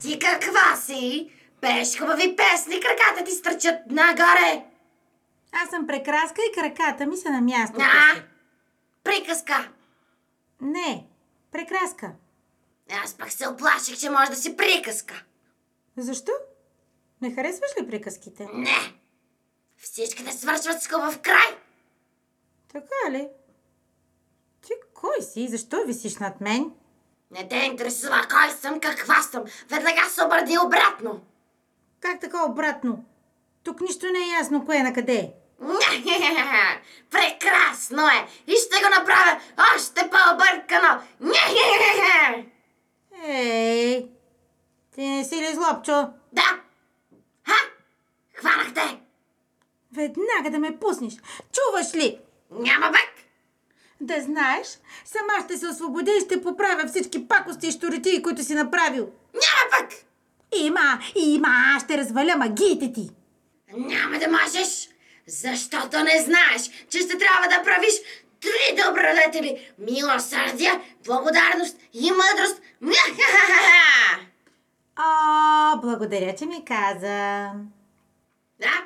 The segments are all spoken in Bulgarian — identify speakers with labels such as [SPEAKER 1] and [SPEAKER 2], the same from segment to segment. [SPEAKER 1] Ти каква си? Пеш хубави песни, краката ти стърчат нагоре.
[SPEAKER 2] Аз съм прекраска и краката ми са на място.
[SPEAKER 1] А, приказка.
[SPEAKER 2] Не, прекраска.
[SPEAKER 1] Аз пък се оплаших, че може да си приказка.
[SPEAKER 2] Защо? Не харесваш ли приказките?
[SPEAKER 1] Не. Всичките свършват с хубав край.
[SPEAKER 2] Така ли? Ти кой си и защо висиш над мен?
[SPEAKER 1] Не те интересува кой съм, каква съм. Веднага се обърни обратно.
[SPEAKER 2] Как така обратно? Тук нищо не е ясно кое на къде е.
[SPEAKER 1] Прекрасно е! И ще го направя още по-объркано!
[SPEAKER 2] Ей, ти не си ли злобчо?
[SPEAKER 1] Да! Ха! Хванах те!
[SPEAKER 2] Веднага да ме пуснеш. Чуваш ли?
[SPEAKER 1] Няма бек!
[SPEAKER 2] Да знаеш, сама ще се освободя и ще поправя всички пакости и щуротии, които си направил.
[SPEAKER 1] Няма пък!
[SPEAKER 2] Има, има, аз ще разваля магиите ти.
[SPEAKER 1] Няма да можеш! Защото не знаеш, че ще трябва да правиш три добродетели милосърдие, благодарност и мъдрост. Ня-ха-ха-ха-ха!
[SPEAKER 2] О, благодаря, че ми каза.
[SPEAKER 1] Да?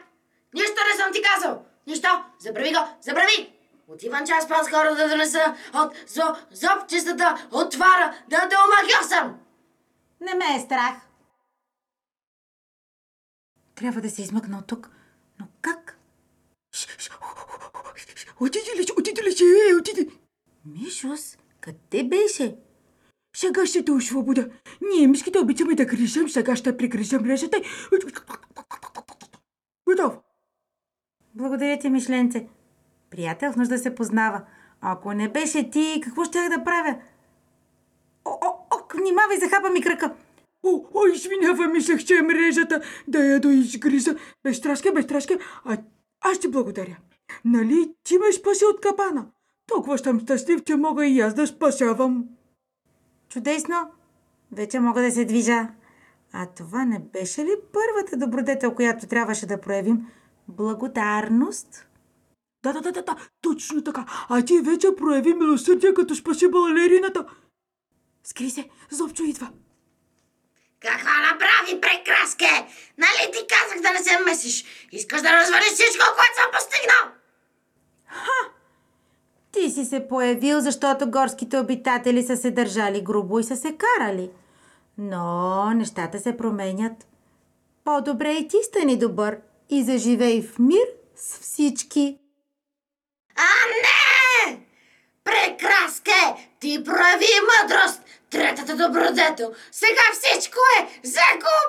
[SPEAKER 1] Нищо не съм ти казал! Нищо! Забрави го! Забрави! Отивам час пас хора да донеса от зо, зобчестата, от твара, да те омагьосам!
[SPEAKER 2] Не ме е страх. Трябва да се измъкна от тук. Но как? Отиде ли, отиде ли, е, отиде. Мишус, къде беше? Сега ще те освобода. Ние мишките обичаме да крижим, сега ще прикрижим мрежата. Готов. Благодаря ти, Мишленце. Приятел в нужда се познава. Ако не беше ти, какво щях да правя? О, о, ок, внимавай, захапа ми кръка.
[SPEAKER 3] О, о, извинява, мислех, че е мрежата. Да я доизгриза. Безстрашка, безстрашка. А, аз ти благодаря. Нали ти ме спаси от капана? Толкова съм щастлив, че мога и аз да спасявам.
[SPEAKER 2] Чудесно! Вече мога да се движа. А това не беше ли първата добродетел, която трябваше да проявим? Благодарност?
[SPEAKER 3] Да, да, да, да, да, точно така. А ти вече прояви милосърдие, като спаси балерината. Скри се, Зобчо идва.
[SPEAKER 1] Каква направи прекраске? Нали ти казах да не се месиш? Искаш да развалиш всичко, което съм постигнал?
[SPEAKER 2] Ти си се появил, защото горските обитатели са се държали грубо и са се карали. Но нещата се променят. По-добре е и ти стани добър и заживей в мир с всички.
[SPEAKER 1] А не! Прекраске! Ти прояви мъдрост! Третата добродетел! Сега всичко е за